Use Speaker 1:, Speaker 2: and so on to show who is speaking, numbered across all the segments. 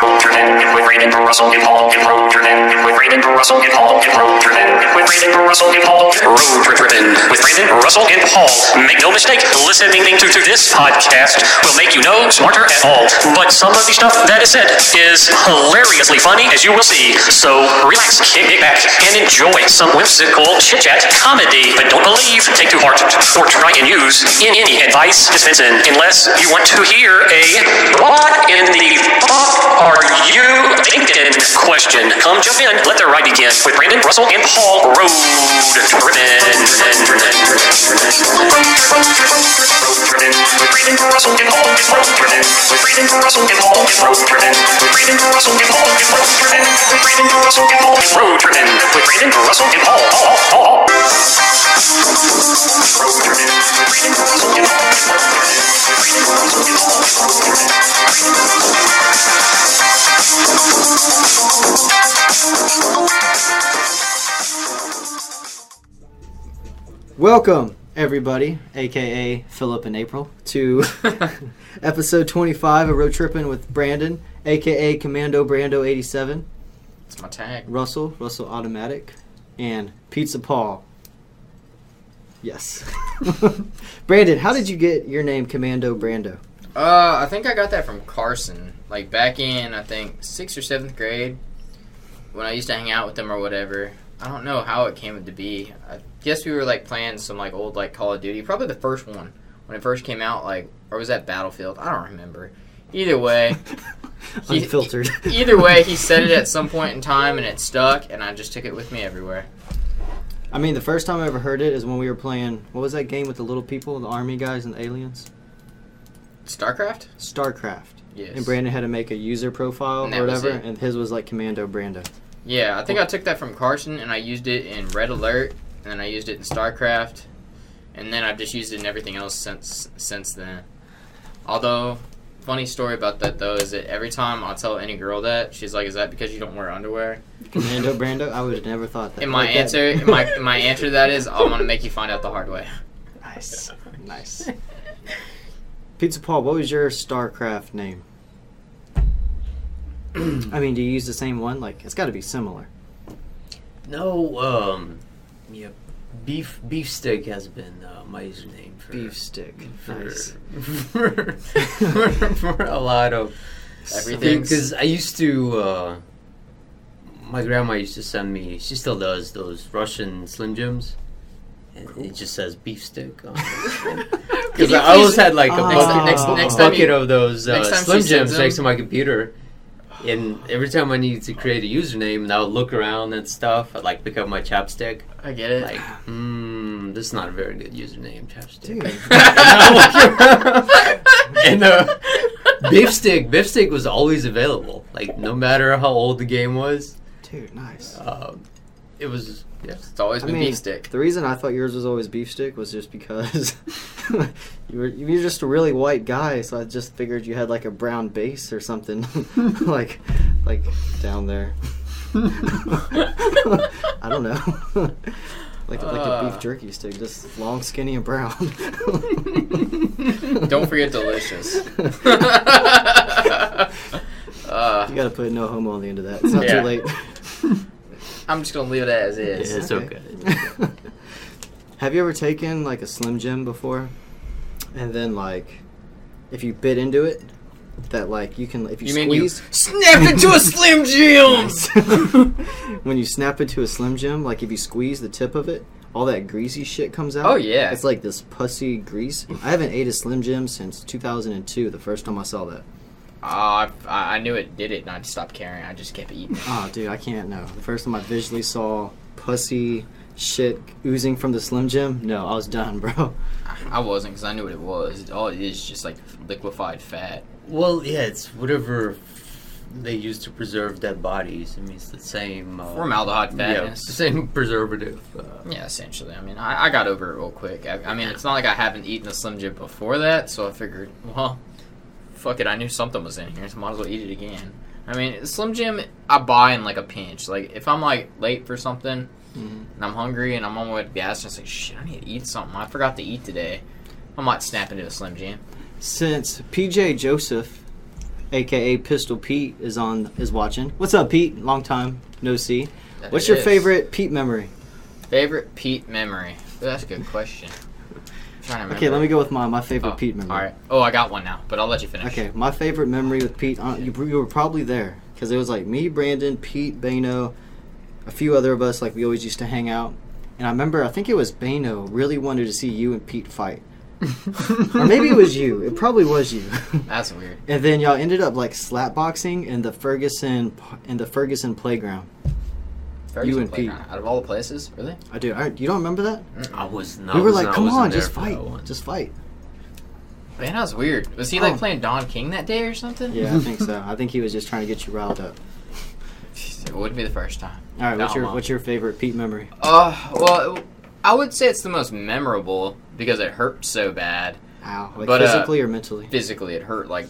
Speaker 1: Jordan. Quit reading for Russell. Get Paul. Get Road Jordan. Quit reading for Russell. Get Paul. Get Road Jordan. Quit reading for Russell. Get Paul. Get Road Jordan. With Brandon, Russell, and Paul. Make no mistake, listening to, to this podcast will make you no smarter at all. But some of the stuff that is said is hilariously funny, as you will see. So relax, kick back, and enjoy some whimsical chit chat comedy. But don't believe, take to heart, or try and use in any advice dispensing unless you want to hear a what in the fuck are you thinking question. Come jump in, let the ride begin with Brandon, Russell, and Paul Road
Speaker 2: Welcome, everybody, aka Philip and April, to episode 25 of Road Tripping with Brandon, aka Commando Brando 87,
Speaker 3: It's my tag.
Speaker 2: Russell, Russell Automatic, and Pizza Paul. Yes. Brandon, how did you get your name Commando Brando?
Speaker 3: Uh, I think I got that from Carson. Like back in, I think sixth or seventh grade, when I used to hang out with them or whatever. I don't know how it came to be. I guess we were like playing some like old like Call of Duty, probably the first one when it first came out. Like, or was that Battlefield? I don't remember. Either way, he-
Speaker 2: Unfiltered.
Speaker 3: either way, he said it at some point in time, and it stuck, and I just took it with me everywhere.
Speaker 2: I mean, the first time I ever heard it is when we were playing, what was that game with the little people, the army guys and the aliens?
Speaker 3: Starcraft?
Speaker 2: StarCraft.
Speaker 3: Yes.
Speaker 2: And Brandon had to make a user profile
Speaker 3: And
Speaker 2: or
Speaker 3: that was
Speaker 2: whatever,
Speaker 3: it.
Speaker 2: and his was like Commando Brando.
Speaker 3: Yeah, I think I took that from Carson and I used it in Red Alert, and then I used it in StarCraft, and then I've just used it in everything else since since then. Although, funny story about that though is that every time I tell any girl that, she's like, "Is that because you don't wear underwear?"
Speaker 2: Commando Brando? I would have never thought that.
Speaker 3: And my
Speaker 2: Like that.
Speaker 3: answer, and my and my answer to that is, "I want to make you find out the hard way."
Speaker 2: Nice. Nice. Pizza Paul, what was your StarCraft name? I mean, do you use the same one? Like, it's got to be similar.
Speaker 4: No, um, yeah, beef beef stick has been uh, my username for
Speaker 2: Beef stick.
Speaker 4: for,
Speaker 2: Nice.
Speaker 4: for, for a lot of
Speaker 3: Everything.
Speaker 4: because I used to. Uh, my grandma used to send me. She still does those Russian Slim Jims, and it just says beef stick. on Because
Speaker 3: you
Speaker 4: I always
Speaker 3: please-
Speaker 4: had like a
Speaker 2: Ah.
Speaker 4: bucket,
Speaker 2: Next- next-
Speaker 4: a
Speaker 2: next
Speaker 3: time
Speaker 4: bucket
Speaker 3: you-
Speaker 4: of those uh,
Speaker 3: next time she
Speaker 4: Slim
Speaker 3: sends
Speaker 4: Jims next to
Speaker 3: them-
Speaker 4: my computer. And every time I needed to create a username, and I would look around and stuff, I'd like pick up my chapstick.
Speaker 3: I get it.
Speaker 4: Like, hmm, this is not a very good username, chapstick.
Speaker 2: Dude,
Speaker 4: and uh, beef stick, beef stick was always available. Like, no matter how old the game was,
Speaker 2: dude, nice.
Speaker 4: um, it was. Yeah.
Speaker 3: it's always
Speaker 2: I
Speaker 3: been
Speaker 2: mean,
Speaker 3: beef stick.
Speaker 2: the reason I thought yours was always beef stick was just because you were you were just a really white guy, so I just figured you had like a brown base or something, like like down there. I don't know, like like a
Speaker 3: Uh.
Speaker 2: beef jerky stick, just long, skinny, and brown.
Speaker 3: Don't forget delicious.
Speaker 2: You
Speaker 3: uh,
Speaker 2: gotta put no homo on the end of that. It's not
Speaker 3: Yeah.
Speaker 2: too late.
Speaker 3: I'm just gonna leave it as is.
Speaker 4: It's okay.
Speaker 2: Have you ever taken like a Slim Jim before? And then like, if you bit into it, that like you can if you,
Speaker 3: You mean you
Speaker 2: squeeze
Speaker 3: snapped into a Slim Jim?
Speaker 2: when you snap into a Slim Jim, like if you squeeze the tip of it, all that greasy shit comes out.
Speaker 3: Oh, yeah.
Speaker 2: it's like this pussy grease. I haven't ate a Slim Jim since 2002, the first time I saw that.
Speaker 3: Uh, I, I knew it did it, and I stopped caring. I just kept eating.
Speaker 2: Oh, dude, I can't know. The first time I visually saw pussy shit oozing from the Slim Jim, no, I was done, bro.
Speaker 3: I wasn't because I knew what it was. All it is is just like liquefied fat.
Speaker 4: Well, yeah, it's whatever f- they use to preserve dead bodies. I mean, it's the same. Uh,
Speaker 3: Formaldehyde
Speaker 4: Yeah,
Speaker 3: fatness.
Speaker 4: it's the same preservative. Uh,
Speaker 3: Yeah, essentially. I mean, I, I got over it real quick. I, I mean, it's not like I haven't eaten a Slim Jim before that, so I figured, well, fuck it. I knew something was in here, so might as well eat it again. I mean, Slim Jim, I buy in like a pinch. Like, if I'm like late for something
Speaker 2: Mm-hmm.
Speaker 3: and I'm hungry and I'm on my way to gas, and it's like, shit, I need to eat something. I forgot to eat today. I might snap into a Slim Jim.
Speaker 2: Since PJ Joseph aka Pistol Pete, is on is watching. What's up, Pete? Long time no see.
Speaker 3: That
Speaker 2: What's your
Speaker 3: is.
Speaker 2: favorite Pete memory?
Speaker 3: Favorite Pete memory? Ooh, that's a good question. I'm trying to remember.
Speaker 2: Okay, let me go with mine. My favorite
Speaker 3: Oh,
Speaker 2: Pete memory.
Speaker 3: All right. Oh, I got one now, but I'll let you finish.
Speaker 2: Okay, my favorite memory with Pete, uh, you, you were probably there because it was like me, Brandon, Pete, Bano, a few other of us. Like we always used to hang out, and I remember I think it was Bano really wanted to see you and Pete fight, or maybe it was you. It probably was you.
Speaker 3: That's weird.
Speaker 2: and then y'all ended up like slap boxing in the Ferguson in the Ferguson playground.
Speaker 3: Ferguson
Speaker 2: and
Speaker 3: playground. Out of all the places, really?
Speaker 2: I do. I, you don't remember that?
Speaker 4: I was not.
Speaker 2: we were
Speaker 4: was
Speaker 2: like,
Speaker 4: not- I
Speaker 2: come
Speaker 4: wasn't
Speaker 2: on,
Speaker 4: there
Speaker 2: just
Speaker 4: for
Speaker 2: fight,
Speaker 4: that one."
Speaker 2: just fight.
Speaker 3: Man, that was weird. Was he like
Speaker 2: Oh.
Speaker 3: playing Don King that day or something?
Speaker 2: Yeah, I think so. I think he was just trying to get you riled up.
Speaker 3: It wouldn't be the first time.
Speaker 2: All right, what's
Speaker 3: No,
Speaker 2: your
Speaker 3: Mom.
Speaker 2: what's your favorite Pete memory?
Speaker 3: Uh, well, I would say it's the most memorable because it hurt so bad.
Speaker 2: Ow, like
Speaker 3: But, uh,
Speaker 2: physically or mentally?
Speaker 3: Physically, it hurt like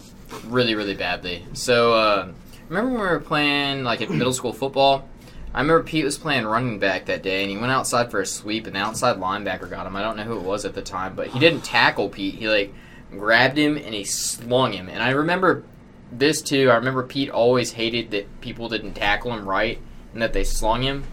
Speaker 3: really, really badly. So, uh, remember when we were playing like in middle school football? I remember Pete was playing running back that day, and he went outside for a sweep, and the outside linebacker got him. I don't know who it was at the time, but he didn't tackle Pete. He like grabbed him and he slung him. And I remember this too. I remember Pete always hated that people didn't tackle him right and that they slung him.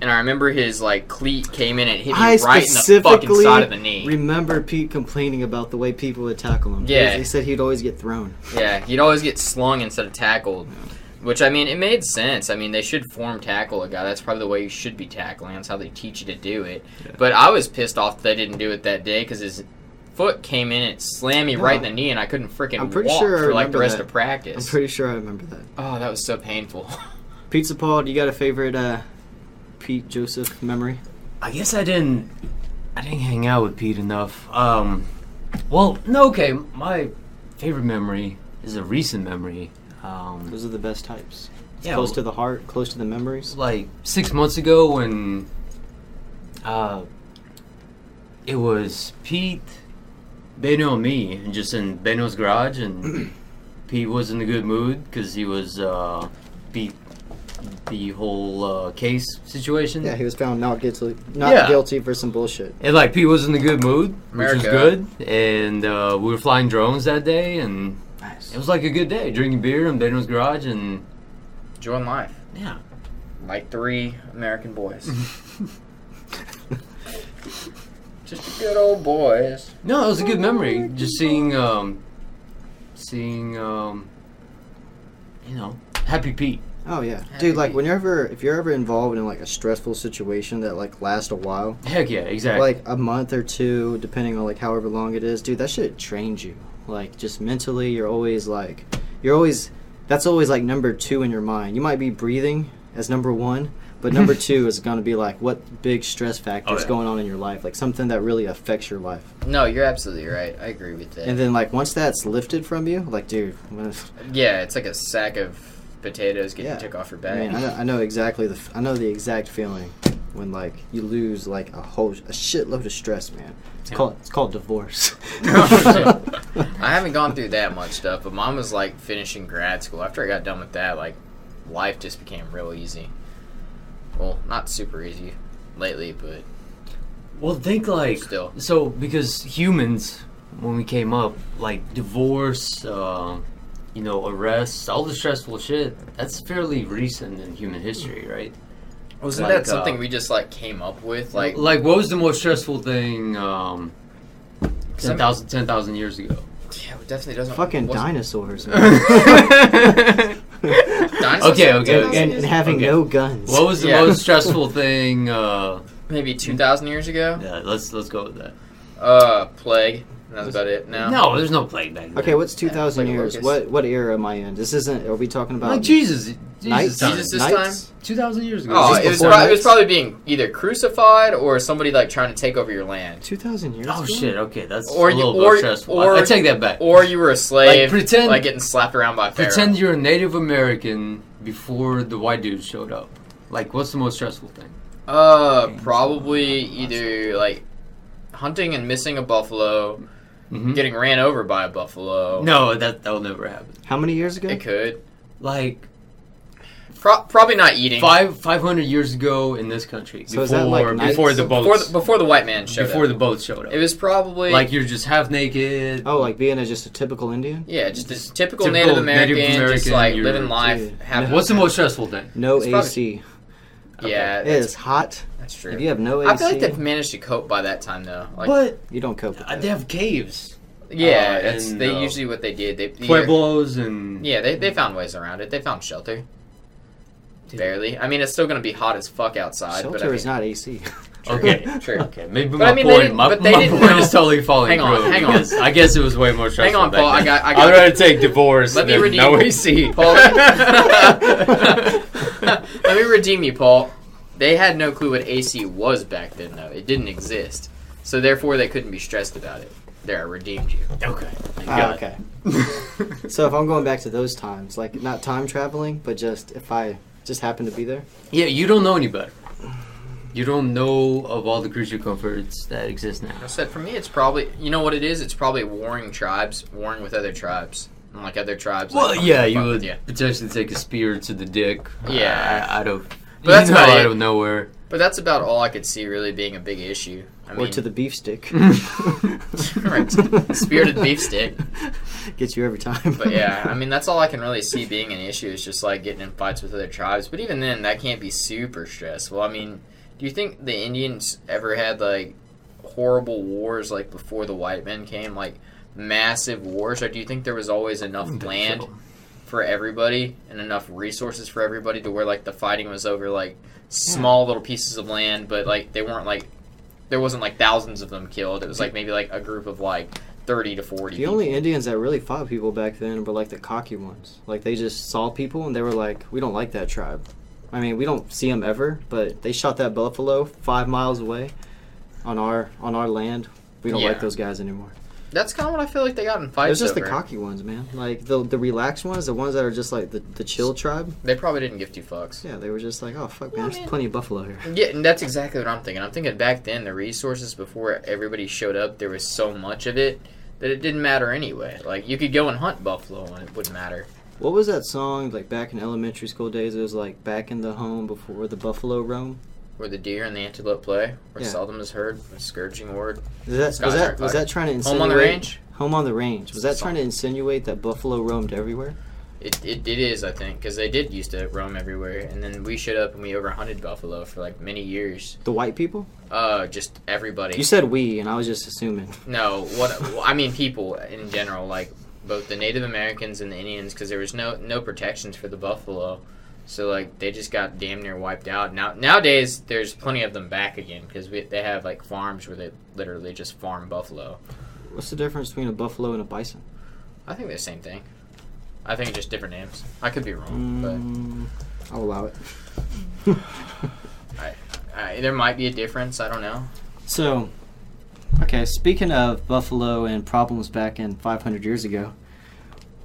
Speaker 3: And I remember his like cleat came in and hit me
Speaker 2: I
Speaker 3: right in the fucking
Speaker 2: specifically
Speaker 3: side of the knee.
Speaker 2: remember Pete complaining about the way people would tackle him.
Speaker 3: Yeah.
Speaker 2: He said he'd always get thrown.
Speaker 3: Yeah, he'd always get slung instead of tackled. Which I mean, it made sense. I mean, they should form tackle a guy. That's probably the way you should be tackling. That's how they teach you to do it. But I was pissed off that they didn't do it that day because his foot came in and it slammed me right in the knee, and I couldn't freaking
Speaker 2: I'm pretty
Speaker 3: walk
Speaker 2: sure I
Speaker 3: for like
Speaker 2: remember
Speaker 3: the rest
Speaker 2: that.
Speaker 3: of
Speaker 2: I'm
Speaker 3: practice.
Speaker 2: pretty sure I remember that.
Speaker 3: oh, that was so painful.
Speaker 2: Pizza Paul, do you got a favorite uh, Pete Joseph memory?
Speaker 4: I guess I didn't. I didn't hang out with Pete enough. Um, well, no. Okay, my favorite memory is a recent memory. Um,
Speaker 2: Those are the best types.
Speaker 4: yeah,
Speaker 2: close to the heart, close to the memories.
Speaker 4: like six months ago when uh, it was Pete, Beno, and me, and just in Beno's garage, and Pete was in a good mood because he was uh, beat the whole uh, case situation.
Speaker 2: Yeah, he was found not guilty, not
Speaker 4: Yeah.
Speaker 2: guilty for some bullshit.
Speaker 4: And like Pete was in a good mood, which was
Speaker 3: America.
Speaker 4: good. And uh, we were flying drones that day, and
Speaker 2: Nice.
Speaker 4: it was like a good day, drinking beer in Beno's garage, and
Speaker 3: Join life,
Speaker 4: yeah,
Speaker 3: like three American boys. Just good old boys.
Speaker 4: no, it was a good memory. Just seeing, um, seeing, um, you know, Happy Pete.
Speaker 2: Oh yeah,
Speaker 3: Happy
Speaker 2: dude. Like
Speaker 3: Pete.
Speaker 2: whenever, if you're ever involved in like a stressful situation that like lasts a while,
Speaker 4: Heck yeah, exactly.
Speaker 2: like a month or two, depending on like however long it is, dude, that shit trains you. Like just mentally, you're always like, you're always. That's always like number two in your mind. You might be breathing as number one, but number two is gonna be like what big stress factor
Speaker 4: Oh,
Speaker 2: is
Speaker 4: yeah.
Speaker 2: going on in your life, like something that really affects your life.
Speaker 3: No, you're absolutely right. I agree with that.
Speaker 2: And then like once that's lifted from you, like dude, when-
Speaker 3: Yeah, it's like a sack of potatoes getting
Speaker 2: Yeah.
Speaker 3: took off your
Speaker 2: I
Speaker 3: back.
Speaker 2: mean, I know, I know exactly the f- I know the exact feeling when like you lose like a whole a shitload of stress, man. It's called it's called divorce.
Speaker 3: I haven't gone through that much stuff, but mine was like finishing grad school. After I got done with that, like life just became real easy. Well, not super easy lately, but
Speaker 4: Well, think like
Speaker 3: Still.
Speaker 4: So, because humans, when we came up, like divorce, uh, you know, arrests, all the stressful shit. That's fairly recent in human history, right?
Speaker 3: wasn't
Speaker 4: Like,
Speaker 3: that something
Speaker 4: uh,
Speaker 3: we just like came up with? Like,
Speaker 4: Like, what was the most stressful thing? Um,
Speaker 3: Some-
Speaker 4: 10,000 10,000 years ago.
Speaker 3: yeah, it definitely doesn't
Speaker 2: Fucking
Speaker 3: wasn't-
Speaker 2: dinosaurs. Man.
Speaker 3: Dinosaurs
Speaker 4: Okay,
Speaker 3: were
Speaker 4: okay,
Speaker 3: 10,000
Speaker 4: okay.
Speaker 2: and, and
Speaker 3: years-
Speaker 2: having
Speaker 4: Okay.
Speaker 2: no guns.
Speaker 4: What was the
Speaker 3: Yeah.
Speaker 4: most stressful thing? Uh,
Speaker 3: Maybe
Speaker 2: Mm-hmm.
Speaker 3: two thousand years ago.
Speaker 4: yeah, let's let's go with that.
Speaker 3: Uh, plague. That's about it. No.
Speaker 4: No, there's no plague back then.
Speaker 2: okay, what's two thousand
Speaker 3: like
Speaker 2: years?
Speaker 3: locusts.
Speaker 2: What what era am I in? This isn't. Are we talking about
Speaker 4: Like
Speaker 3: um,
Speaker 4: Jesus,
Speaker 2: knights?
Speaker 4: Jesus, time.
Speaker 3: Jesus is- this
Speaker 2: Knights?
Speaker 4: two thousand years ago.
Speaker 3: Oh,
Speaker 2: Just
Speaker 3: it was,
Speaker 2: before
Speaker 3: probably, it was
Speaker 2: Christ?
Speaker 3: probably being either crucified or somebody like trying to take over your land,
Speaker 2: Two thousand years.
Speaker 4: Oh
Speaker 2: ago?
Speaker 4: shit! Okay, that's
Speaker 3: Or
Speaker 4: a
Speaker 3: you-
Speaker 4: little
Speaker 3: or-
Speaker 4: bit stressful.
Speaker 3: or-
Speaker 4: I, I take that back.
Speaker 3: or you were a slave, like,
Speaker 4: pretend-
Speaker 3: getting slapped around by a pharaoh.
Speaker 4: Pretend you're a Native American before the white dude showed up. Like, what's the most stressful thing?
Speaker 3: Uh, probably either like hunting and missing a buffalo,
Speaker 4: Mhm.
Speaker 3: getting ran over by a buffalo.
Speaker 4: Mm-hmm. No, that that will never happen.
Speaker 2: How many years ago?
Speaker 3: it could.
Speaker 4: Like,
Speaker 3: Pro- probably not eating.
Speaker 4: Five five hundred years ago in this country,
Speaker 2: So
Speaker 4: before
Speaker 2: is that like night-
Speaker 4: before the
Speaker 2: so
Speaker 4: boats
Speaker 3: before the, before the white man showed
Speaker 4: before
Speaker 3: up.
Speaker 4: the boats showed up.
Speaker 3: it was probably
Speaker 4: like you're just half naked.
Speaker 2: Oh, like being a, just a typical Indian?
Speaker 3: yeah, just this typical,
Speaker 4: Typical
Speaker 3: Native,
Speaker 4: Native
Speaker 3: American, just
Speaker 4: American,
Speaker 3: like
Speaker 4: you're-
Speaker 3: living life.
Speaker 2: dude.
Speaker 3: having-
Speaker 4: What's the most stressful thing?
Speaker 2: No
Speaker 3: It's probably-
Speaker 2: AC.
Speaker 3: Yeah,
Speaker 2: It
Speaker 3: that's,
Speaker 2: is hot.
Speaker 3: that's true.
Speaker 2: If you have no AC,
Speaker 3: I feel like they've managed to cope by that time though. Like,
Speaker 4: but
Speaker 2: you don't cope with
Speaker 4: uh,
Speaker 2: that.
Speaker 4: they have caves,
Speaker 3: yeah,
Speaker 4: uh,
Speaker 3: it's
Speaker 4: and,
Speaker 3: they
Speaker 4: uh,
Speaker 3: usually what they did. They either-
Speaker 4: pueblos, and
Speaker 3: Yeah, they, they found ways around it. They found shelter. Barely. I mean, it's still gonna be hot as fuck outside.
Speaker 2: Shelter
Speaker 3: but I mean,
Speaker 2: is not AC.
Speaker 4: Okay,
Speaker 3: True.
Speaker 4: okay. Maybe
Speaker 3: But
Speaker 4: my
Speaker 3: I mean, they
Speaker 4: point,
Speaker 3: didn't-
Speaker 4: my,
Speaker 3: but they
Speaker 4: my
Speaker 3: didn't
Speaker 4: point
Speaker 3: know-
Speaker 4: is totally falling
Speaker 3: Hang on,
Speaker 4: through.
Speaker 3: hang on.
Speaker 4: because I guess it was way more stressful.
Speaker 3: on,
Speaker 4: back
Speaker 3: Paul, I
Speaker 4: then.
Speaker 3: got- I
Speaker 4: I'd
Speaker 3: got-
Speaker 4: rather take divorce
Speaker 3: Let me
Speaker 4: than
Speaker 3: redeem-
Speaker 4: no AC.
Speaker 3: Paul, let me redeem you, Paul. They had no clue what AC was back then, though. It didn't exist. So, therefore, they couldn't be stressed about it. There, I redeemed you.
Speaker 4: okay. I
Speaker 2: Ah,
Speaker 4: got it.
Speaker 2: okay. so if I'm going back to those times, like not time traveling, but just if I just happen to be there,
Speaker 4: Yeah, you don't know any better. You don't know of all the creature comforts that exist now.
Speaker 3: I said, for me, it's probably, you know what it is? It's probably warring tribes, warring with other tribes. And, like, other tribes.
Speaker 4: Well,
Speaker 3: like, I'm
Speaker 4: yeah,
Speaker 3: gonna
Speaker 4: you
Speaker 3: fuck
Speaker 4: would
Speaker 3: with ya.
Speaker 4: potentially take a spear to the dick.
Speaker 3: Yeah.
Speaker 4: uh, out of
Speaker 3: But that's
Speaker 4: you know,
Speaker 3: about
Speaker 4: out
Speaker 3: it.
Speaker 4: of nowhere.
Speaker 3: But that's about all I could see really being a big issue. I
Speaker 2: or
Speaker 3: mean,
Speaker 2: to the beef stick,
Speaker 3: right, spirited beef stick.
Speaker 2: gets you every time.
Speaker 3: But yeah, I mean that's all I can really see being an issue is just like getting in fights with other tribes. But even then, that can't be super stressful. I mean, do you think the Indians ever had like horrible wars like before the white men came, like massive wars, or do you think there was always enough land for everybody and enough resources for everybody to where like the fighting was over like small little pieces of land, but like they weren't like there wasn't like thousands of them killed. It was like maybe like a group of like thirty to forty.
Speaker 2: The only Indians that really fought people back then were like the cocky ones. Like they just saw people and they were like, "We don't like that tribe." I mean, we don't see them ever, but they shot that buffalo five miles away on our on our land. We don't
Speaker 3: Yeah.
Speaker 2: like those guys anymore.
Speaker 3: That's kind of what I feel like they got in fights.
Speaker 2: It's just the
Speaker 3: over.
Speaker 2: cocky ones, man. Like the the relaxed ones, the ones that are just like the, the chill tribe.
Speaker 3: They probably didn't give two fucks.
Speaker 2: Yeah, they were just like, "Oh fuck, man,
Speaker 3: Well, I
Speaker 2: there's
Speaker 3: mean-
Speaker 2: plenty of buffalo here."
Speaker 3: Yeah, and that's exactly what I'm thinking. I'm thinking back then, the resources before everybody showed up, there was so much of it that it didn't matter anyway. Like you could go and hunt buffalo, and it wouldn't matter.
Speaker 2: What was that song like back in elementary school days? It was like back in the home before the buffalo roam.
Speaker 3: Where the deer and the antelope play, where
Speaker 2: Yeah.
Speaker 3: seldom is heard, a scourging word.
Speaker 2: Is that, was
Speaker 3: Sky
Speaker 2: that
Speaker 3: Dark
Speaker 2: was
Speaker 3: Light.
Speaker 2: that trying to insinuate
Speaker 3: Home on the range.
Speaker 2: Home on the Range. Was that trying to insinuate that Buffalo roamed everywhere?
Speaker 3: It, it, it is, I think, because they did used to roam everywhere, and then we showed up and we over hunted buffalo for like many years.
Speaker 2: The white people?
Speaker 3: Uh, just everybody.
Speaker 2: You said we, and I was just assuming.
Speaker 3: No, what well, I mean people in general, like both the Native Americans and the Indians, because there was no no protections for the buffalo, so like they just got damn near wiped out. Now nowadays, there's plenty of them back again because they have like farms where they literally just farm buffalo.
Speaker 2: What's the difference between a buffalo and a bison?
Speaker 3: I think they're the same thing. I think just different names. I could be wrong,
Speaker 2: Mm, I'll allow it.
Speaker 3: but
Speaker 2: Mm.
Speaker 3: uh, there might be a difference. I don't know.
Speaker 2: So, okay, speaking of buffalo and problems back in 500 years ago,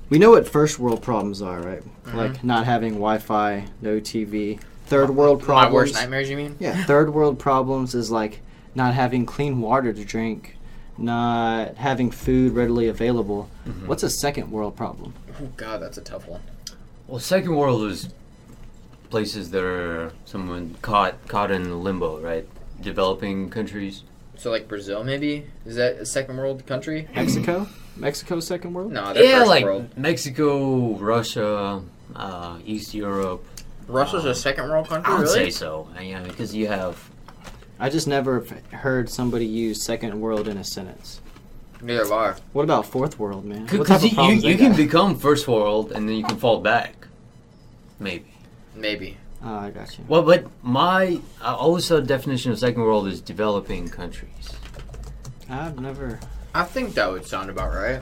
Speaker 2: we know what first world problems are, right?
Speaker 4: Mm-hmm.
Speaker 2: Like not having Wi Fi, no TV. Third world problems.
Speaker 3: My worst nightmares, you mean?
Speaker 2: Yeah, third world problems is like not having clean water to drink, not having food readily available.
Speaker 4: Mm-hmm.
Speaker 2: What's a second world problem?
Speaker 3: Oh God, that's a tough one.
Speaker 4: Well, second world is places that are someone caught caught in limbo, right? Developing countries.
Speaker 3: So like Brazil, maybe is that a second world country?
Speaker 2: Mexico? Mexico's second world?
Speaker 3: No, they're
Speaker 4: Yeah,
Speaker 3: first
Speaker 4: like
Speaker 3: world.
Speaker 4: Mexico, Russia, uh, East Europe.
Speaker 3: Russia's a second world country,
Speaker 4: I would
Speaker 3: Oh, really?
Speaker 4: say so. Uh, Yeah, because you have
Speaker 2: I just never f- heard somebody use second world in a sentence.
Speaker 3: Neither have I.
Speaker 2: What about fourth world, man? What type of
Speaker 4: because you, you,
Speaker 2: problems they
Speaker 4: you can
Speaker 2: got?
Speaker 4: become first world and then you can fall back, maybe.
Speaker 3: Maybe.
Speaker 2: Oh, I got you.
Speaker 4: Well, but my I always thought definition of second world is developing countries.
Speaker 2: I've never.
Speaker 3: I think that would sound about right.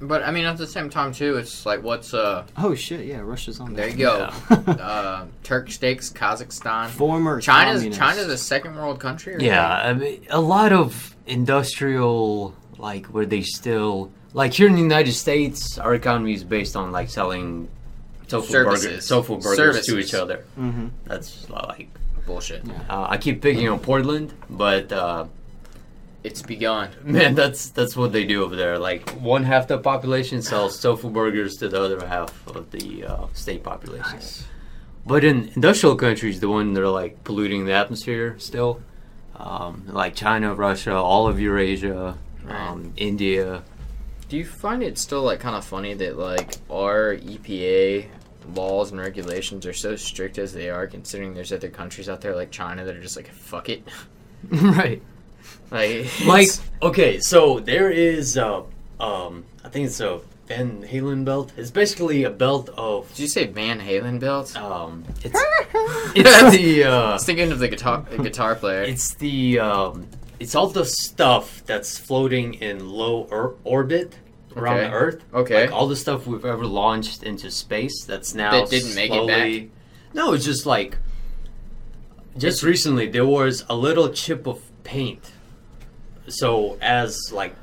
Speaker 3: But I mean, at the same time too, it's like what's uh?
Speaker 2: Oh shit! Yeah, Russia's on
Speaker 3: There
Speaker 2: there.
Speaker 3: you go.
Speaker 2: go.
Speaker 3: uh, Turk steaks, Kazakhstan.
Speaker 2: Former
Speaker 3: China's
Speaker 2: communist.
Speaker 3: China's a second world country. or
Speaker 4: Yeah, I mean, a lot of industrial, like where they still like here in the United States, our economy is based on like selling tofu burgers,
Speaker 3: Services.
Speaker 4: tofu burgers to
Speaker 3: Services. Mm-hmm.
Speaker 4: each other.
Speaker 2: Mhm.
Speaker 4: That's like
Speaker 3: something? bullshit.
Speaker 4: uh, I keep picking on Portland, but uh,
Speaker 3: It's begun.
Speaker 4: man, that's that's what they do over there. Like one half the population sells tofu burgers to the other half of the uh, state population. But in industrial countries, the one that are like polluting the atmosphere still, um, like China, Russia, all of Eurasia, um, India.
Speaker 3: Do you find it still like kind of funny that like our EPA laws and regulations are so strict as they are, considering there's other countries out there like China that are just like fuck it,
Speaker 4: right.
Speaker 3: like
Speaker 4: Like,
Speaker 3: it's-
Speaker 4: okay, so there is, uh, um, I think it's a Van Halen belt. It's basically a belt of,
Speaker 3: Did you say Van Halen belt?
Speaker 4: um, it's, it's the,
Speaker 3: I
Speaker 4: uh,
Speaker 3: was thinking of the guitar the guitar player.
Speaker 4: it's the, um, it's all the stuff that's floating in low or- orbit around
Speaker 3: Okay.
Speaker 4: the Earth.
Speaker 3: Okay.
Speaker 4: Like all the stuff we've ever launched into space that's now
Speaker 3: That didn't make it
Speaker 4: slowly...
Speaker 3: back?
Speaker 4: No, it's just like, just recently there was a little chip of paint. So as like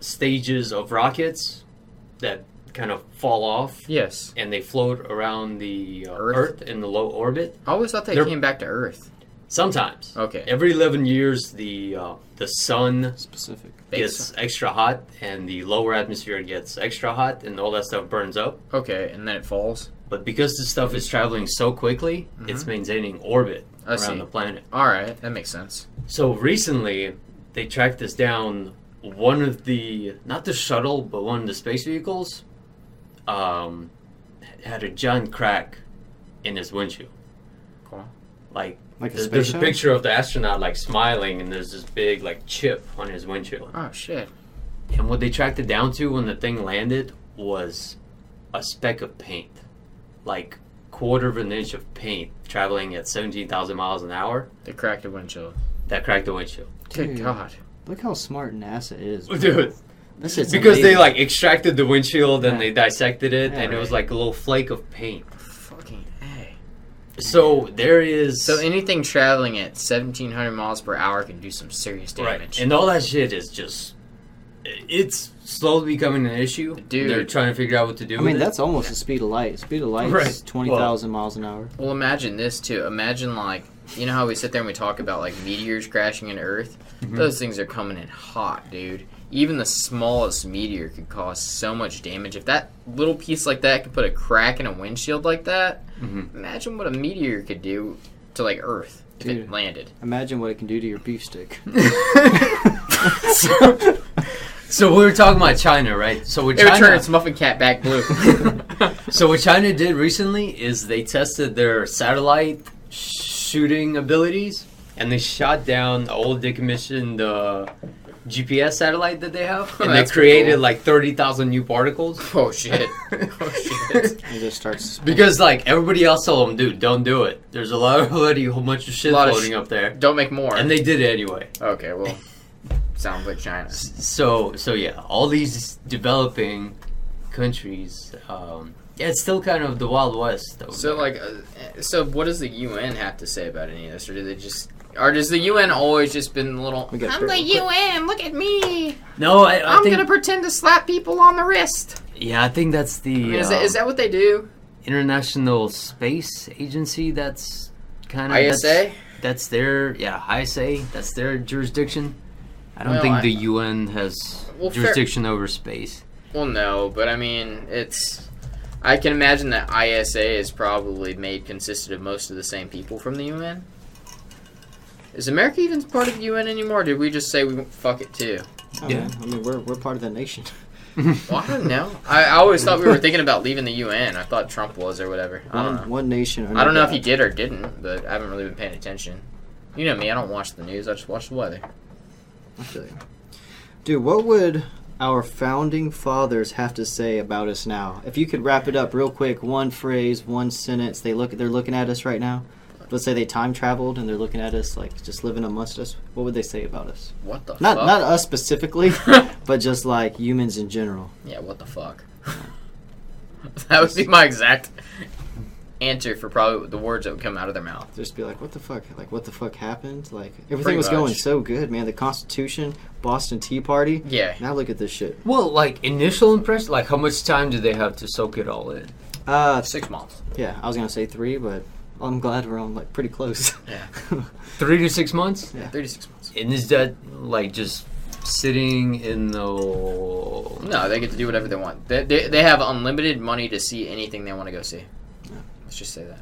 Speaker 4: stages of rockets that kind of fall off
Speaker 3: yes,
Speaker 4: and they float around the uh,
Speaker 3: Earth?
Speaker 4: Earth. in the low orbit.
Speaker 3: I always thought they
Speaker 4: They're-
Speaker 3: came back to Earth.
Speaker 4: Sometimes,
Speaker 3: Okay.
Speaker 4: every eleven years the uh, the sun
Speaker 2: Specific.
Speaker 4: gets extra hot and the lower atmosphere gets extra hot and all that stuff burns up.
Speaker 3: Okay, and then it falls.
Speaker 4: But because the stuff is traveling so quickly,
Speaker 2: Mm-hmm.
Speaker 4: it's maintaining orbit
Speaker 3: I
Speaker 4: around
Speaker 3: see.
Speaker 4: the planet.
Speaker 3: All right, that makes sense.
Speaker 4: So recently, they tracked this down. One of the not the shuttle, but one of the space vehicles, um, had a giant crack in his windshield.
Speaker 3: Cool.
Speaker 4: Like,
Speaker 2: Like a
Speaker 4: th- there's
Speaker 2: space
Speaker 4: a
Speaker 2: shuttle?
Speaker 4: picture of the astronaut like smiling, and there's this big like chip on his windshield.
Speaker 3: Oh shit.
Speaker 4: And what they tracked it down to when the thing landed was a speck of paint. Like quarter of an inch of paint traveling at 17,000 miles an hour
Speaker 3: They cracked a windshield.
Speaker 4: that cracked the windshield.
Speaker 3: Good
Speaker 2: Dude.
Speaker 3: God.
Speaker 2: Look how smart NASA is. bro.
Speaker 4: Dude,
Speaker 2: This shit's
Speaker 4: because they
Speaker 2: amazing.
Speaker 4: like extracted the windshield and
Speaker 2: Yeah.
Speaker 4: they dissected it
Speaker 2: Yeah,
Speaker 4: and it was like a little flake of paint.
Speaker 3: Fucking A.
Speaker 4: So there is
Speaker 3: So anything traveling at 1700 miles per hour can do some serious
Speaker 4: right.
Speaker 3: damage.
Speaker 4: And all that shit is just it's slowly becoming an issue.
Speaker 3: Dude.
Speaker 4: They're trying to figure out what to do
Speaker 2: I
Speaker 4: with
Speaker 2: mean,
Speaker 4: it.
Speaker 2: that's almost the speed of light. Speed of light is
Speaker 4: Right.
Speaker 2: twenty thousand miles an hour.
Speaker 3: well, imagine this too. Imagine like you know how we sit there and we talk about like meteors crashing into Earth.
Speaker 4: Mm-hmm.
Speaker 3: Those things are coming in hot, dude. Even the smallest meteor could cause so much damage. If that little piece like that could put a crack in a windshield like that,
Speaker 4: Mm-hmm.
Speaker 3: imagine what a meteor could do to like Earth if it
Speaker 2: Dude.
Speaker 3: landed.
Speaker 2: Imagine what it can do to your beef stick.
Speaker 4: So we were talking about China, right? So with
Speaker 3: It would turn
Speaker 4: China,
Speaker 3: its muffin cap back blue.
Speaker 4: so what China did recently is they tested their satellite shooting abilities, and they shot down the old decommissioned uh, GPS satellite that they have, and they
Speaker 3: Oh, That's
Speaker 4: created
Speaker 3: cool.
Speaker 4: like thirty thousand new particles.
Speaker 3: oh shit! Oh shit!
Speaker 2: It just starts.
Speaker 4: Because like everybody else told them, dude, don't do it. There's a lot of already a whole bunch of shit
Speaker 3: Lot of
Speaker 4: floating
Speaker 3: sh-
Speaker 4: up there,
Speaker 3: Don't make more.
Speaker 4: and they did it anyway.
Speaker 3: Okay, well, sounds like China.
Speaker 4: So so yeah, all these developing countries, um, yeah, it's still kind of the wild west. over
Speaker 3: So
Speaker 4: there.
Speaker 3: like, uh, so what does the UN have to say about any of this, or do they just, or does the UN always just been a little?
Speaker 2: We got
Speaker 3: I'm the
Speaker 2: pretty-
Speaker 3: UN. Look at me.
Speaker 4: no, I, I
Speaker 3: I'm
Speaker 4: think
Speaker 3: gonna pretend to slap people on the wrist.
Speaker 4: Yeah, I think that's the um,
Speaker 3: I mean, is, that, is that what they do?
Speaker 4: International Space Agency. That's kind of
Speaker 3: ISA.
Speaker 4: That's, that's their yeah ISA. That's their jurisdiction. I don't
Speaker 3: Well,
Speaker 4: think
Speaker 3: I-
Speaker 4: the UN has
Speaker 3: Well, fair-
Speaker 4: jurisdiction over space.
Speaker 3: Well, no, but I mean, it's. I can imagine that ISA is probably made consisted of most of the same people from the UN. Is America even part of the UN anymore? Or did we just say we fuck it too?
Speaker 2: Oh,
Speaker 4: Yeah.
Speaker 2: yeah. I mean, we're, we're part of the nation.
Speaker 3: Well, I don't know. I, I always thought we were thinking about leaving the UN. I thought Trump was or whatever. I don't
Speaker 2: One,
Speaker 3: know.
Speaker 2: one nation. under
Speaker 3: Uh, I don't know if
Speaker 2: God.
Speaker 3: he did or didn't, but I haven't really been paying attention. You know me, I don't watch the news. I just watch the weather.
Speaker 2: I feel you. Dude, what would our founding fathers have to say about us now? If you could wrap it up real quick, one phrase, one sentence. They look, they're looking at us right now. Let's say they time traveled and they're looking at us like just living amongst us. What would they say about us?
Speaker 3: What the
Speaker 2: Not
Speaker 3: fuck?
Speaker 2: not us specifically, but just like humans in general.
Speaker 3: yeah, what the fuck? that would be my exact answer for probably the words that would come out of their mouth.
Speaker 2: Just be like, what the fuck? Like, what the fuck happened? Like, everything
Speaker 3: Pretty
Speaker 2: was going
Speaker 3: much.
Speaker 2: so good, man. The Constitution, Boston Tea Party.
Speaker 3: Yeah.
Speaker 2: Now look at this shit.
Speaker 4: Well, like initial impression, like how much time do they have to soak it all in?
Speaker 2: Uh,
Speaker 3: Six months.
Speaker 2: Yeah, I was gonna say three, but I'm glad we're on like pretty close.
Speaker 3: Yeah.
Speaker 4: Three to six months.
Speaker 2: Yeah.
Speaker 3: 36 months.
Speaker 4: And is that like just sitting in the?
Speaker 3: No, they get to do whatever they want. They, they, they have unlimited money to see anything they want to go see. Let's just say that.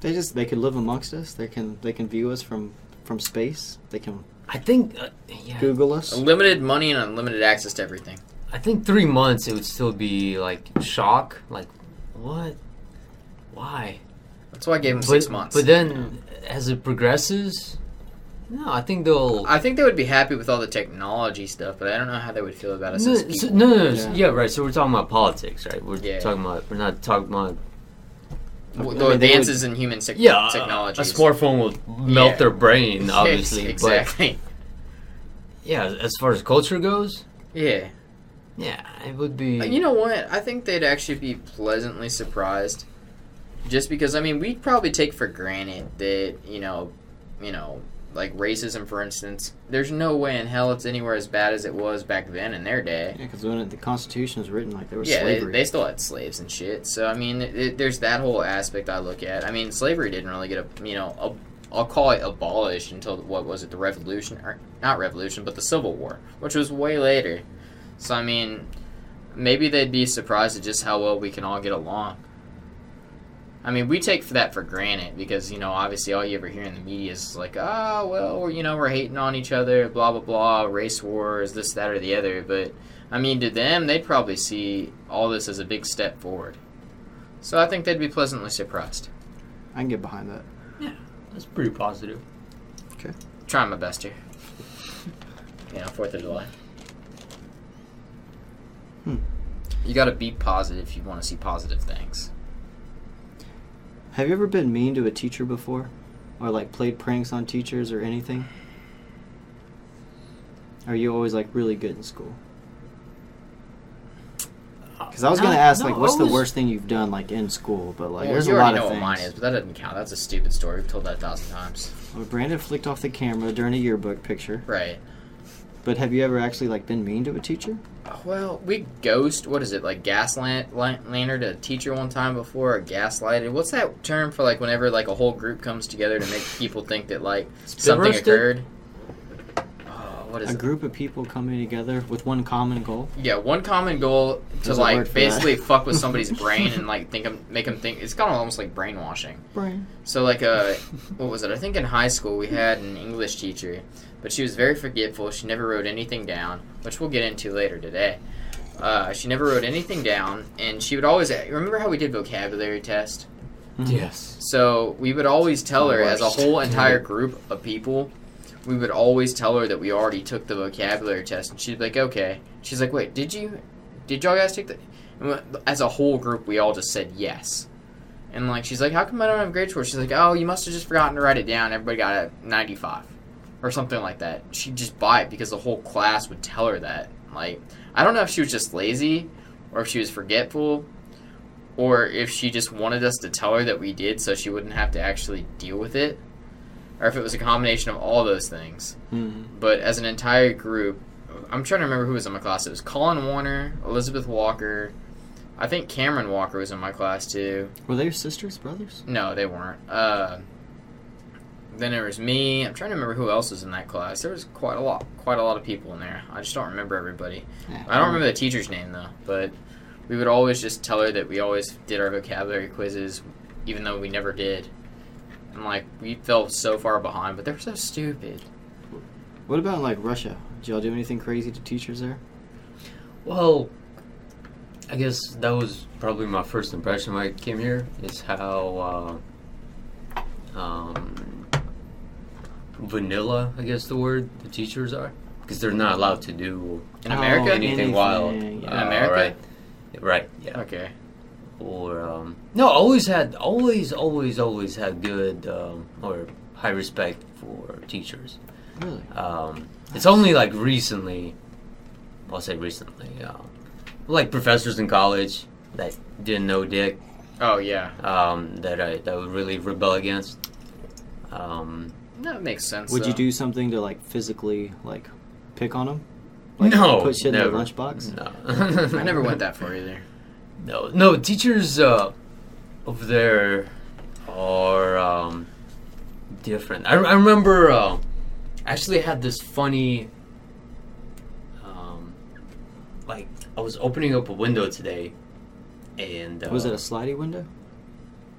Speaker 2: They just they can live amongst us. They can they can view us from from space. They can
Speaker 4: I think, uh, yeah,
Speaker 2: Google us.
Speaker 3: Unlimited money and unlimited access to everything.
Speaker 4: I think three months it would still be like shock. Like, what? Why?
Speaker 3: That's why I gave him
Speaker 4: But,
Speaker 3: six months.
Speaker 4: But then, as it progresses, no, I think they'll.
Speaker 3: I think they would be happy with all the technology stuff, but I don't know how they would feel about us
Speaker 4: no,
Speaker 3: as
Speaker 4: so-
Speaker 3: people.
Speaker 4: no, no, no, so-
Speaker 2: Yeah.
Speaker 4: yeah. right. So we're talking about politics, right? We're
Speaker 3: Yeah.
Speaker 4: talking about. We're not talking about.
Speaker 3: Well,
Speaker 2: I
Speaker 3: the
Speaker 2: mean, they
Speaker 3: advances in human tech-
Speaker 4: Yeah, uh,
Speaker 3: technology.
Speaker 4: A smartphone will melt
Speaker 3: uh, Yeah.
Speaker 4: their brain, obviously.
Speaker 3: exactly.
Speaker 4: But yeah, as far as culture goes,
Speaker 3: yeah.
Speaker 4: yeah, it would be.
Speaker 3: Uh, You know what? I think they'd actually be pleasantly surprised, just because I mean we probably take for granted that you know, you know, like racism for instance. There's no way in hell it's anywhere as bad as it was back then in their day.
Speaker 2: Yeah, because when it- the Constitution was written, like there was
Speaker 3: Yeah, they,
Speaker 2: slavery.
Speaker 3: they still had slaves and shit. So I mean, it, it- there's that whole aspect I look at. I mean, slavery didn't really get a you know a. I'll call it abolished until what was it the revolution or not revolution but the civil war which was way later so I mean maybe they'd be surprised at just how well we can all get along I mean we take that for granted because you know obviously all you ever hear in the media is like ah well we're, you know we're hating on each other blah blah blah race wars this that or the other but I mean to them they'd probably see all this as a big step forward so I think they'd be pleasantly surprised
Speaker 2: I can get behind that.
Speaker 4: that's pretty positive.
Speaker 3: try my best here. You know, Fourth of July.
Speaker 2: Hmm.
Speaker 3: You gotta be positive if you want to see positive things.
Speaker 2: Have you ever been mean to a teacher before, or like played pranks on teachers or anything? Are you always like really good in school? Because I was gonna ask like, what's the worst thing you've done like in school? But like,
Speaker 3: Well,
Speaker 2: there's
Speaker 3: you
Speaker 2: a lot
Speaker 3: already
Speaker 2: of
Speaker 3: know
Speaker 2: things.
Speaker 3: what mine is, but that doesn't count. That's a stupid story. We've told that a thousand times.
Speaker 2: Well, Brandon flicked off the camera during a yearbook picture.
Speaker 3: Right.
Speaker 2: But have you ever actually like been mean to a teacher?
Speaker 3: Well, we ghost. What is it like? Gaslight lanterned a teacher one time before, or gaslighted. What's that term for like whenever like a whole group comes together to make people think that like something
Speaker 4: roasted?
Speaker 3: occurred? Oh, what is
Speaker 2: A
Speaker 3: it?
Speaker 2: group of people coming together with one common goal.
Speaker 3: Yeah, one common goal to
Speaker 2: There's a word
Speaker 3: like
Speaker 2: for
Speaker 3: basically
Speaker 2: that.
Speaker 3: fuck with somebody's brain and like think 'em- make them think it's kind of almost like brainwashing.
Speaker 2: Brain.
Speaker 3: So like uh, what was it? I think in high school we had an English teacher, but she was very forgetful. She never wrote anything down, which we'll get into later today. Uh, she never wrote anything down, and she would always remember how we did vocabulary test.
Speaker 4: Yes.
Speaker 3: So we would always tell her, as a
Speaker 4: Worst.
Speaker 3: whole entire group of people, we would always tell her that we already took the vocabulary test, and she'd be like, "Okay." She's like, "Wait, did you? Did y'all guys take the?" And we- as a whole group, we all just said yes. And like, she's like, "How come I don't have grades for?" it?" She's like, "Oh, you must have just forgotten to write it down. Everybody got a ninety-five, or something like that." She'd just buy it because the whole class would tell her that. Like, I don't know if she was just lazy, or if she was forgetful, or if she just wanted us to tell her that we did so she wouldn't have to actually deal with it, or if it was a combination of all those things.
Speaker 2: hmm
Speaker 3: But as an entire group, I'm trying to remember who was in my class. It was Colin Warner, Elizabeth Walker. I think Cameron Walker was in my class too.
Speaker 2: Were they your sisters, brothers?
Speaker 3: No, they weren't. Uh, then there was me. I'm trying to remember who else was in that class. There was quite a lot, quite a lot of people in there. I just don't remember everybody.
Speaker 2: Yeah.
Speaker 3: I don't remember the teacher's name though, but we would always just tell her that we always did our vocabulary quizzes, even though we never did. And like we fell so far behind, but they're so stupid.
Speaker 2: What about like Russia? Did y'all do anything crazy to teachers there?
Speaker 4: Well, I guess that was probably my first impression when I came here is how uh, um, vanilla, I guess the word, the teachers are. Because they're not allowed to do
Speaker 3: In
Speaker 2: Oh,
Speaker 3: America,
Speaker 4: anything, wild. Uh,
Speaker 2: anything, yeah.
Speaker 3: In America?
Speaker 4: Right. Right, yeah.
Speaker 3: okay,
Speaker 4: Or, um, no, always had, always, always, always had good um, or high respect for teachers.
Speaker 2: Really?
Speaker 4: Um, it's only like recently, I'll say recently, um, like professors in college that didn't know dick
Speaker 3: oh yeah,
Speaker 4: um, that I that would really rebel against. Um,
Speaker 3: that makes sense.
Speaker 2: Would you
Speaker 3: though.
Speaker 2: do something to like physically like pick on them?
Speaker 4: no,
Speaker 2: Put shit
Speaker 4: oh, never.
Speaker 2: in their lunchbox?
Speaker 4: No,
Speaker 3: I never went that far either.
Speaker 4: No, no, teachers uh, over there are um, different. I, I remember uh, actually had this funny, um, like I was opening up a window today, and uh,
Speaker 2: Was it a slidey window?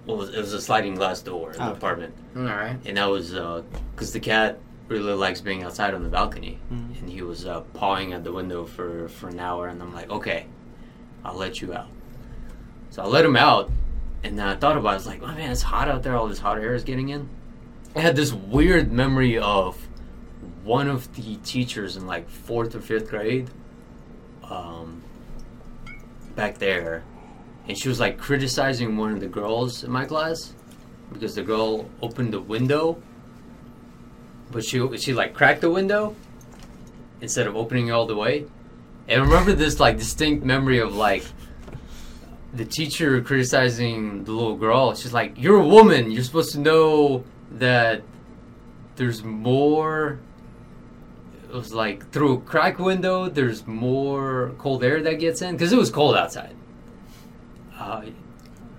Speaker 4: what was it was a sliding glass door in
Speaker 2: Oh.
Speaker 4: the apartment,
Speaker 3: All right.
Speaker 4: and that was because the cat really likes being outside on the balcony,
Speaker 2: Mhm.
Speaker 4: and he was uh, pawing at the window for for an hour, and I'm like, okay, I'll let you out. So I let him out, and then I thought about it, I was like, oh man, it's hot out there. All this hot air is getting in. I had this weird memory of one of the teachers in like fourth or fifth grade, um, back there, and she was like criticizing one of the girls in my class because the girl opened the window, but she she like cracked the window instead of opening it all the way. And I remember this like distinct memory of like the teacher criticizing the little girl. She's like, "You're a woman. You're supposed to know that there's more." It was like through a crack window. There's more cold air that gets in because it was cold outside. Uh,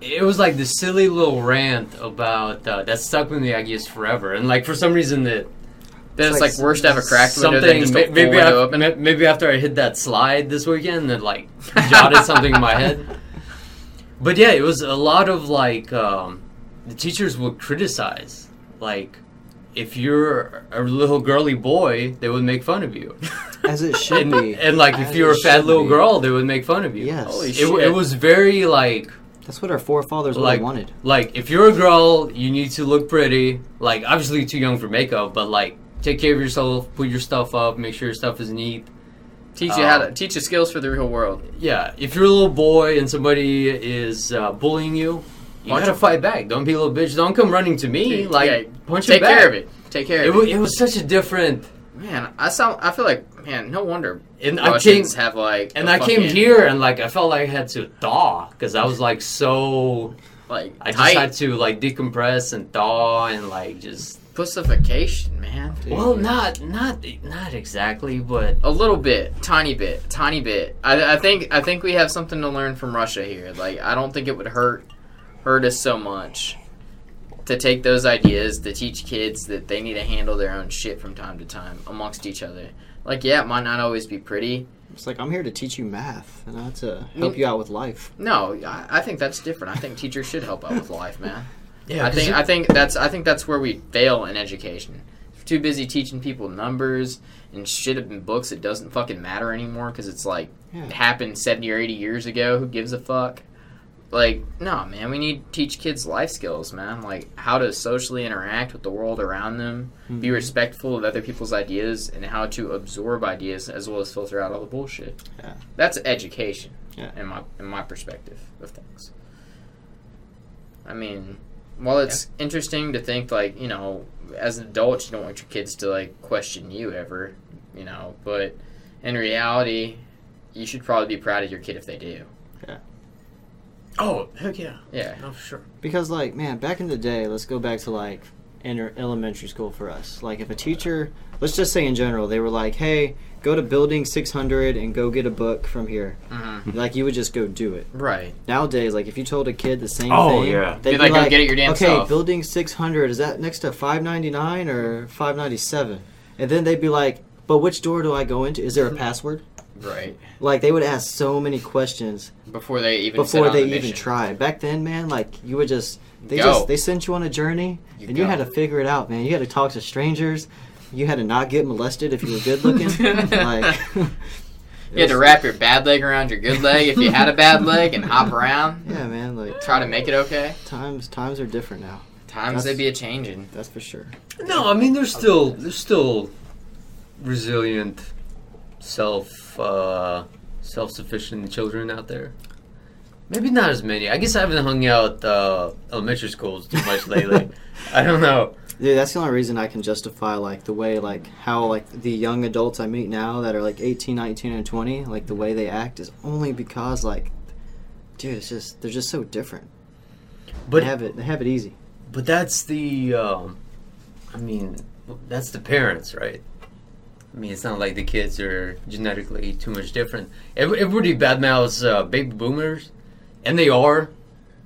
Speaker 4: it was like this silly little rant about uh, that stuck with me, I guess, forever. And like for some reason that
Speaker 3: Then it's,
Speaker 2: like
Speaker 3: like, worse to have a cracked window than just a
Speaker 4: may-
Speaker 3: full
Speaker 4: maybe,
Speaker 3: window
Speaker 4: af-
Speaker 3: open.
Speaker 4: ma- maybe after I hit that slide this weekend and like jotted something in my head. But yeah, it was a lot of like um, the teachers would criticize. Like if you're a little girly boy, they would make fun of you.
Speaker 2: As it should
Speaker 4: and,
Speaker 2: be.
Speaker 4: and like if
Speaker 2: As
Speaker 4: you were a
Speaker 2: it
Speaker 4: fat
Speaker 2: should
Speaker 4: little
Speaker 2: be.
Speaker 4: girl, they would make fun of you.
Speaker 2: Yes.
Speaker 3: Holy
Speaker 4: It, w-
Speaker 3: shit.
Speaker 4: it was very like
Speaker 2: That's what our forefathers would
Speaker 4: like
Speaker 2: have wanted.
Speaker 4: like if you're a girl, you need to look pretty. Like obviously too young for makeup, but like take care of yourself, put your stuff up, make sure your stuff is neat.
Speaker 3: Teach you how
Speaker 4: Um,
Speaker 3: to teach you skills for the real world.
Speaker 4: Yeah, if you're a little boy and somebody is uh, bullying you, you
Speaker 3: Punch
Speaker 4: gotta
Speaker 3: him.
Speaker 4: fight back. Don't be a little bitch. Don't come running to me. Like
Speaker 3: Yeah,
Speaker 4: punch him
Speaker 3: Take
Speaker 4: back.
Speaker 3: care of it. Take care
Speaker 4: It,
Speaker 3: of it.
Speaker 4: wa- it was such a different.
Speaker 3: Man, I sound. I feel like man. No wonder
Speaker 4: And I came
Speaker 3: Russians have like.
Speaker 4: and
Speaker 3: a
Speaker 4: I came
Speaker 3: fucking,
Speaker 4: here and like I felt like I had to thaw because I was like so.
Speaker 3: like
Speaker 4: I just
Speaker 3: tight
Speaker 4: had to like decompress and thaw and like just.
Speaker 3: pussification, man.
Speaker 4: Well, not not not exactly, but
Speaker 3: A little bit, tiny bit, tiny bit. I, I think I think we have something to learn from Russia here. Like I don't think it would hurt hurt us so much to take those ideas to teach kids that they need to handle their own shit from time to time amongst each other. Like yeah, it might not always be pretty.
Speaker 2: It's like I'm here to teach you math, and not to help you out with life.
Speaker 3: No, I, I think that's different. I think teachers should help out with life, man.
Speaker 4: yeah,
Speaker 3: I think I think that's I think that's where we fail in education. We're too busy teaching people numbers and shit in books. It doesn't fucking matter anymore because it's like
Speaker 2: Yeah.
Speaker 3: it happened seventy or eighty years ago. Who gives a fuck? Like, no, man. We need to teach kids life skills, man. Like how to socially interact with the world around them,
Speaker 2: Mm-hmm.
Speaker 3: be respectful of other people's ideas, and how to absorb ideas as well as filter out all the bullshit.
Speaker 2: Yeah.
Speaker 3: That's education,
Speaker 2: Yeah.
Speaker 3: in my in my perspective of things. I mean, while it's interesting to think like you know as an adult you don't want your kids to like question you ever you know but in reality you should probably be proud of your kid if they do
Speaker 4: oh heck yeah,
Speaker 3: yeah
Speaker 4: oh sure.
Speaker 2: Because, like, man, back in the day, let's go back to like inter- elementary school for us. Like, if a teacher, let's just say in general, they were like, "Hey, go to building 600 and go get a book from here,"
Speaker 3: Mm-hmm.
Speaker 2: like you would just go do it.
Speaker 3: right
Speaker 2: Nowadays, like if you told a kid the same
Speaker 4: Oh,
Speaker 2: thing,
Speaker 4: yeah.
Speaker 2: they'd
Speaker 3: Be
Speaker 2: be
Speaker 3: like, "Go get it your damn
Speaker 2: Okay,
Speaker 3: self."
Speaker 2: building 600 is that next to 599 or 597? And then they'd be like, "But which door do I go into? Is there a password?"
Speaker 3: right
Speaker 2: Like they would ask so many questions
Speaker 3: before they even set
Speaker 2: before
Speaker 3: on
Speaker 2: they
Speaker 3: the
Speaker 2: even
Speaker 3: mission.
Speaker 2: tried. Back then, man, like you would just they
Speaker 3: Go.
Speaker 2: just they sent you on a journey
Speaker 3: You
Speaker 2: and you had
Speaker 3: go.
Speaker 2: to figure it out, man. You had to talk to strangers. You had to not get molested if you were good looking. like
Speaker 3: you had to wrap your bad leg around your good leg if you had a bad leg and hop around
Speaker 2: Yeah, man. Like
Speaker 3: try to make it okay
Speaker 2: times times are different now. That's-
Speaker 3: times they be a changing
Speaker 2: That's for sure.
Speaker 4: No, I mean there's still there's still resilient, self uh, self sufficient children out there. Maybe not as many. I guess I haven't hung out uh, elementary schools too much lately. I don't know.
Speaker 2: Dude, that's the only reason I can justify like the way like how like the young adults I meet now that are like 18, 19 and 20, like the way they act is only because like dude, it's just they're just so different.
Speaker 4: But
Speaker 2: they have it they have it easy.
Speaker 4: But that's the, um, I mean, that's the parents, right? I mean, it's not like the kids are genetically too much different. Ev- Everybody badmouths uh, baby boomers, and they are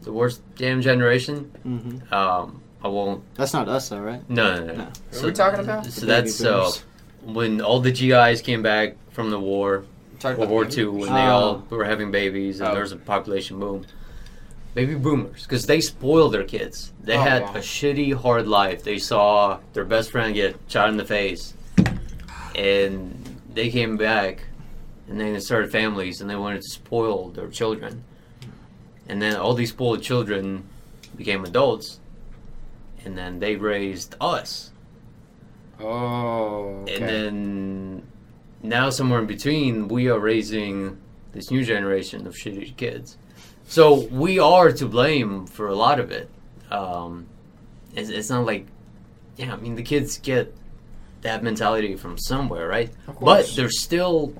Speaker 4: the worst damn generation.
Speaker 2: hmm
Speaker 4: Um, I won't.
Speaker 2: That's not us though, right?
Speaker 4: No, no, no.
Speaker 2: No.
Speaker 3: Who are we talking about?
Speaker 2: The
Speaker 4: So
Speaker 2: baby
Speaker 4: that's uh,
Speaker 2: boomers.
Speaker 4: when all the GIs came back from the war,
Speaker 3: Talking
Speaker 4: World
Speaker 3: about
Speaker 4: War
Speaker 3: baby
Speaker 4: II, when
Speaker 3: boomers?
Speaker 4: they all
Speaker 2: Oh.
Speaker 4: were having babies, and
Speaker 3: Oh.
Speaker 4: there was a population boom. baby boomers because they spoiled their kids. They
Speaker 3: Oh,
Speaker 4: had
Speaker 3: wow.
Speaker 4: a shitty, hard life. They saw their best friend get shot in the face, and they came back, and they started families, and they wanted to spoil their children, and then all these spoiled children became adults, and then they raised us,
Speaker 3: Oh. Okay.
Speaker 4: and then now somewhere in between, we are raising this new generation of shitty kids. So we are to blame for a lot of it. Um, it's, it's not like, yeah, I mean, the kids get that mentality from somewhere, right?
Speaker 3: Of
Speaker 4: But
Speaker 3: course.
Speaker 4: they're still,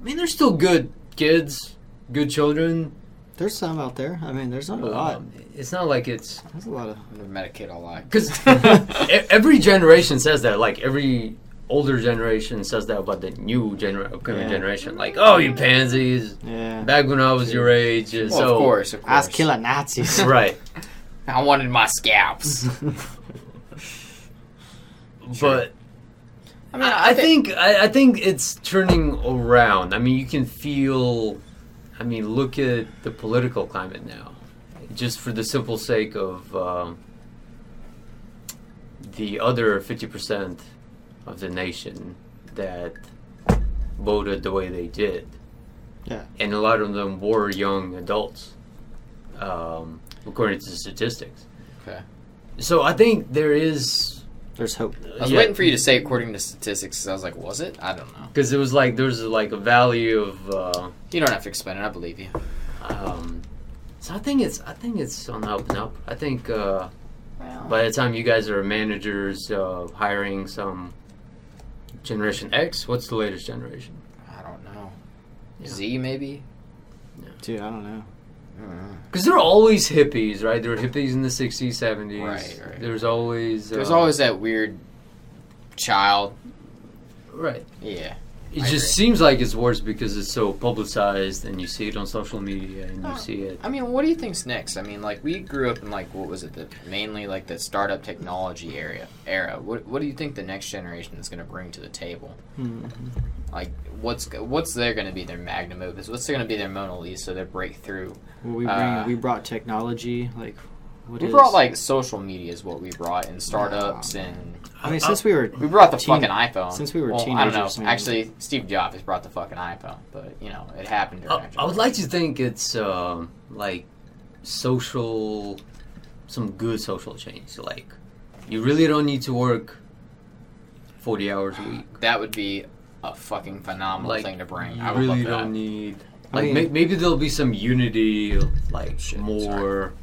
Speaker 4: I mean, they're still good kids, good children.
Speaker 2: There's some out there. I mean, there's not a lot.
Speaker 4: Um, it's not like it's
Speaker 2: There's a lot of.
Speaker 3: I've never met a kid I like.
Speaker 4: because E-, every generation says that. Like every older generation says that about the new gener- upcoming
Speaker 2: Yeah.
Speaker 4: generation. Like, oh, you pansies!
Speaker 2: Yeah.
Speaker 4: Back when I was your age,
Speaker 3: Well,
Speaker 4: so
Speaker 3: of course, of
Speaker 2: I was
Speaker 3: course.
Speaker 2: killing Nazis.
Speaker 4: right.
Speaker 3: I wanted my scalps.
Speaker 4: But
Speaker 3: I mean,
Speaker 4: I, I think I, I think it's turning around. I mean, you can feel. I mean, look at the political climate now. Just for the simple sake of um, the other fifty percent of the nation that voted the way they did,
Speaker 2: Yeah.
Speaker 4: and a lot of them were young adults, um, according to statistics.
Speaker 3: Okay.
Speaker 4: So I think there is
Speaker 2: There's hope.
Speaker 3: I was
Speaker 4: yeah.
Speaker 3: waiting for you to say according to statistics. 'cause I was like, was it? I don't know.
Speaker 4: because it was like there's like a value of. Uh,
Speaker 3: You don't have to explain it. I believe you.
Speaker 4: Um, so I think it's I think it's on the up and up. I think uh,
Speaker 3: Well,
Speaker 4: by the time you guys are managers uh, hiring some Generation X, what's the latest generation?
Speaker 3: I don't know.
Speaker 4: Yeah.
Speaker 3: Z maybe.
Speaker 2: Dude, I don't know.
Speaker 3: I don't know.
Speaker 4: Because they're always hippies, right? There were hippies in the '60s, '70s.
Speaker 3: Right, right.
Speaker 4: There's always uh,
Speaker 3: There's always that weird child.
Speaker 4: right.
Speaker 3: Yeah.
Speaker 4: It
Speaker 3: I
Speaker 4: just seems like it's worse because it's so publicized, and you see it on social media, and
Speaker 3: Oh.
Speaker 4: you see it.
Speaker 3: I mean, what do you think's next? I mean, like we grew up in like what was it? The mainly like the startup technology area era. What What do you think the next generation is going to bring to the table?
Speaker 2: Hmm.
Speaker 4: Mm-hmm.
Speaker 3: Like what's what's their going to be their magnum opus? What's going to be their Mona Lisa? Their breakthrough?
Speaker 2: Well, we bring,
Speaker 3: Uh,
Speaker 2: we brought technology. Like, what
Speaker 3: We
Speaker 2: is-
Speaker 3: brought like social media is what we brought and startups and
Speaker 2: I mean, since we were.
Speaker 3: we brought the
Speaker 2: Teen-
Speaker 3: fucking iPhone.
Speaker 2: since we were
Speaker 3: well, I
Speaker 2: teenagers,
Speaker 3: don't know.
Speaker 2: man.
Speaker 3: Actually, Steve Jobs brought the fucking iPhone, but you know it happened. during
Speaker 4: Oh, I,
Speaker 3: our
Speaker 4: I would like to think it's um, like social, some good social change. Like, you really don't need to work forty hours a week.
Speaker 3: That would be a fucking phenomenal
Speaker 4: Like,
Speaker 3: thing to bring.
Speaker 4: You
Speaker 3: I would
Speaker 4: really
Speaker 3: love that.
Speaker 4: don't need.
Speaker 2: I
Speaker 4: Like,
Speaker 2: mean-
Speaker 4: may, maybe there'll be some unity, like
Speaker 3: Shit,
Speaker 4: more